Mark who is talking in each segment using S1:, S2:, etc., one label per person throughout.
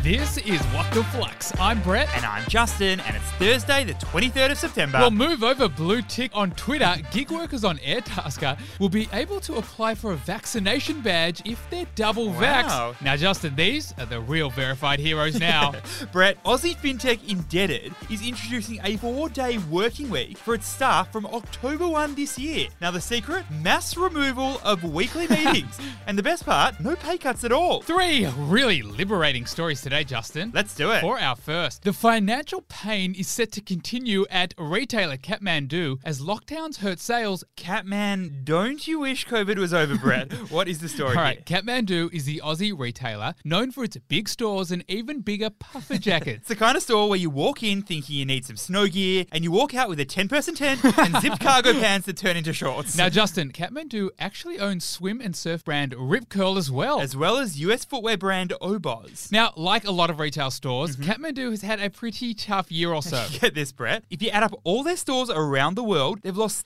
S1: This is What the Flux. I'm Brett.
S2: And I'm Justin, and it's Thursday, the 23rd of September.
S1: Well, move over blue tick on Twitter. Gig workers on Airtasker will be able to apply for a vaccination badge if they're double
S2: Wow.
S1: vaxxed. Now, Justin, these are the real verified heroes now.
S2: Brett, Aussie FinTech Indebted is introducing a four day working week for its staff from October 1 this year. Now, the secret mass removal of weekly meetings. and the best part no pay cuts at all.
S1: Three really liberating stories today, Justin.
S2: Let's do it.
S1: For our first, the financial pain is set to continue at retailer Kathmandu as lockdowns hurt sales
S2: Catman, don't you wish COVID was over, Brett? what is the story?
S1: All right, Kathmandu is the Aussie retailer known for its big stores and even bigger puffer
S2: It's
S1: jackets.
S2: the kind of store where you walk in thinking you need some snow gear, and you walk out with a 10 person tent and zipped cargo pants that turn into shorts.
S1: now, Justin, Kathmandu actually owns swim and surf brand Rip Curl as well.
S2: as well as US footwear brand Oboz.
S1: now, like a lot of retail stores, Kathmandu has had a pretty tough year or so.
S2: Get this, Brett. If you add up all their stores around the world, they've lost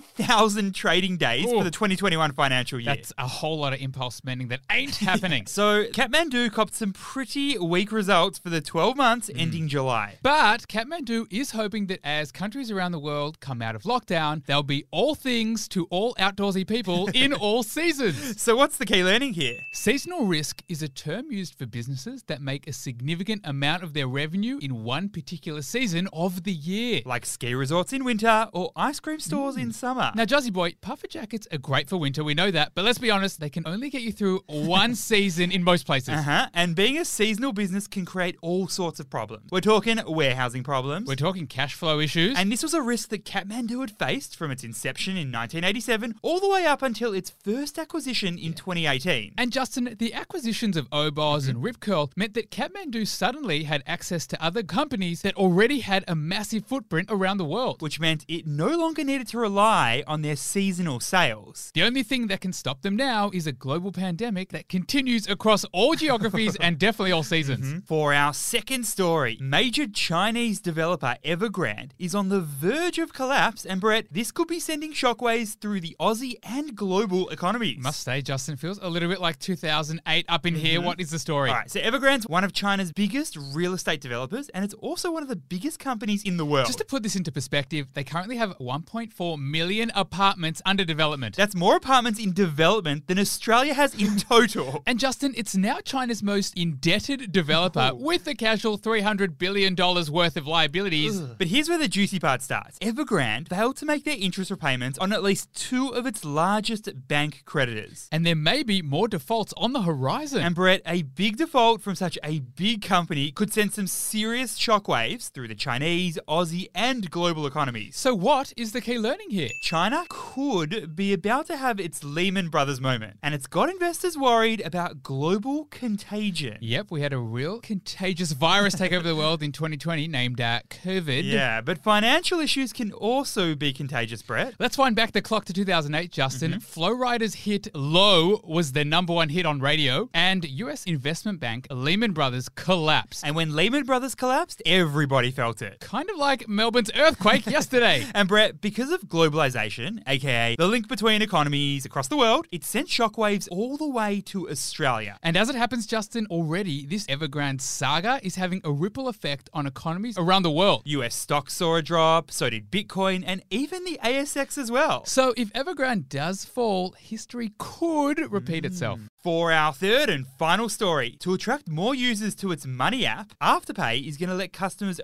S2: 13,000 trading days
S1: Ooh.
S2: for the 2021 financial year.
S1: That's a whole lot of impulse spending that ain't happening.
S2: so, Kathmandu copped some pretty weak results for the 12 months
S1: Mm.
S2: ending July.
S1: But Kathmandu is hoping that as countries around the world come out of lockdown, they'll be all things to all outdoorsy people in all seasons.
S2: So, what's the key learning here?
S1: Seasonal risk is a term used for businesses that make a significant amount of their revenue in one particular season of the year.
S2: Like ski resorts in winter or ice cream stores
S1: Mm.
S2: in summer.
S1: Now, Juzzy Boy, puffer jackets are great for winter, we know that, but let's be honest, they can only get you through one season in most places.
S2: Uh-huh. And being a seasonal business can create all sorts of problems. We're talking warehousing problems.
S1: We're talking cash flow issues.
S2: and this was a risk that Kathmandu had faced from its inception in 1987 all the way up until its first acquisition in 2018.
S1: And Justin, the acquisitions of Oboz
S2: Mm-hmm.
S1: and Rip Curl meant that Kathmandu suddenly had access to other companies that already had a massive footprint around the world.
S2: which meant it no longer needed to rely on their seasonal sales.
S1: The only thing that can stop them now is a global pandemic that continues across all geographies and definitely all seasons.
S2: For our second story, major Chinese developer Evergrande is on the verge of collapse, and Brett, this could be sending shockwaves through the Aussie and global economies.
S1: Must say, Justin feels a little bit like 2008 up in here. What is the story?
S2: Mm-hmm. All right, so Evergrande's one of China's biggest real estate developers, and it's also one of the biggest companies in the world.
S1: Just to put this into perspective, they currently have 1.4 million apartments under development.
S2: That's more apartments in development than Australia has in total.
S1: And Justin, it's now China's most indebted developer
S2: Oh.
S1: with a casual $300 billion worth of liabilities.
S2: But here's where the juicy part starts. Evergrande failed to make their interest repayments on at least two of its largest bank creditors.
S1: And there may be more defaults on the horizon.
S2: And Brett, a big default from such a big company could send some serious shockwaves through the Chinese, Aussie, and global economies.
S1: so, what is the key learning here?
S2: China could be about to have its Lehman Brothers moment, and it's got investors worried about global contagion.
S1: Yep, we had a real contagious virus take over the world in 2020 named uh, COVID.
S2: Yeah, but financial issues can also be contagious, Brett.
S1: Let's wind back the clock to 2008, Justin. Flow Rider's hit Low was their number one hit on radio, and US investment bank Lehman Brothers collapsed.
S2: And when Lehman Brothers collapsed, everybody felt it.
S1: Kind of like Melbourne's earthquake yesterday.
S2: And Brett, because of globalization, aka the link between economies across the world, it sent shockwaves all the way to Australia.
S1: And as it happens, Justin, already this Evergrande saga is having a ripple effect on economies around the world.
S2: US stocks saw a drop, so did Bitcoin, and even the ASX as well.
S1: So if Evergrande does fall, history could repeat itself.
S2: For our third and final story, to attract more users to its money app, Afterpay is going to let customers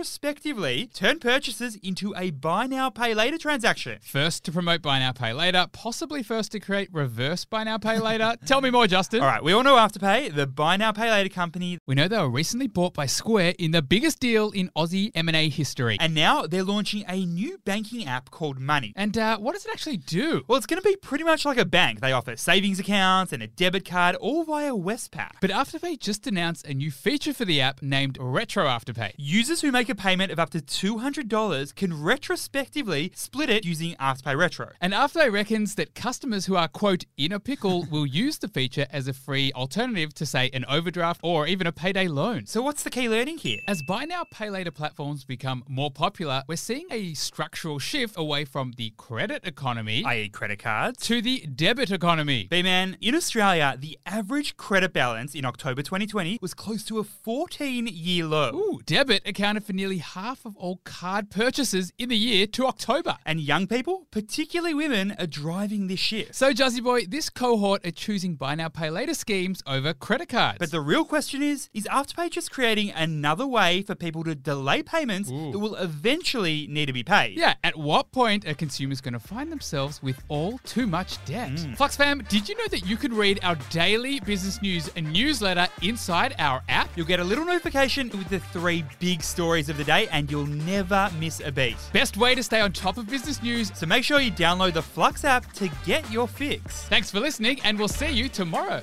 S2: retrospectively turn purchases into a buy now, pay later transaction.
S1: First to promote buy now pay later, possibly first to create reverse buy now pay later. Tell me more, Justin.
S2: All right, we all know Afterpay, the buy now, pay later company
S1: We know they were recently bought by Square in the biggest deal in Aussie M&A history.
S2: And now they're launching a new banking app called Money.
S1: And uh, what does it actually do?
S2: Well, it's going to be pretty much like a bank. They offer savings accounts and a debit card, all via Westpac.
S1: But
S2: But
S1: Afterpay just announced a new feature for the app named Retro Afterpay.
S2: users who make a payment of up to $200 can retrospectively split it using Afterpay Retro.
S1: And Afterpay reckons that customers who are, quote, in a pickle will use the feature as a free alternative to, say, an overdraft or even a payday loan.
S2: So, what's the key learning here?
S1: As buy now, pay later platforms become more popular, we're seeing a structural shift away from the credit economy
S2: I.e., E credit cards.
S1: to the debit economy.
S2: B man, in Australia, the average average credit balance in October 2020 was close to a 14 year low.
S1: Ooh, debit accounted for nearly half of all card purchases in the year to October.
S2: And young people, particularly women, are driving this shift.
S1: So, Juzzy Boy, this cohort are choosing buy now, pay later schemes over credit cards.
S2: But the real question is is Afterpay just creating another way for people to delay payments
S1: Ooh.
S2: that will eventually need to be paid?
S1: yeah, at what point are consumers going to find themselves with all too much debt?
S2: Mm.
S1: Flux fam, did you know that you can read our daily business news and newsletter inside our app?
S2: You'll get a little notification with the three big stories of the day, and you'll never miss a beat.
S1: Best way to stay on top of business news.
S2: So make sure you download the Flux app to get your fix.
S1: Thanks for listening, and we'll see you tomorrow.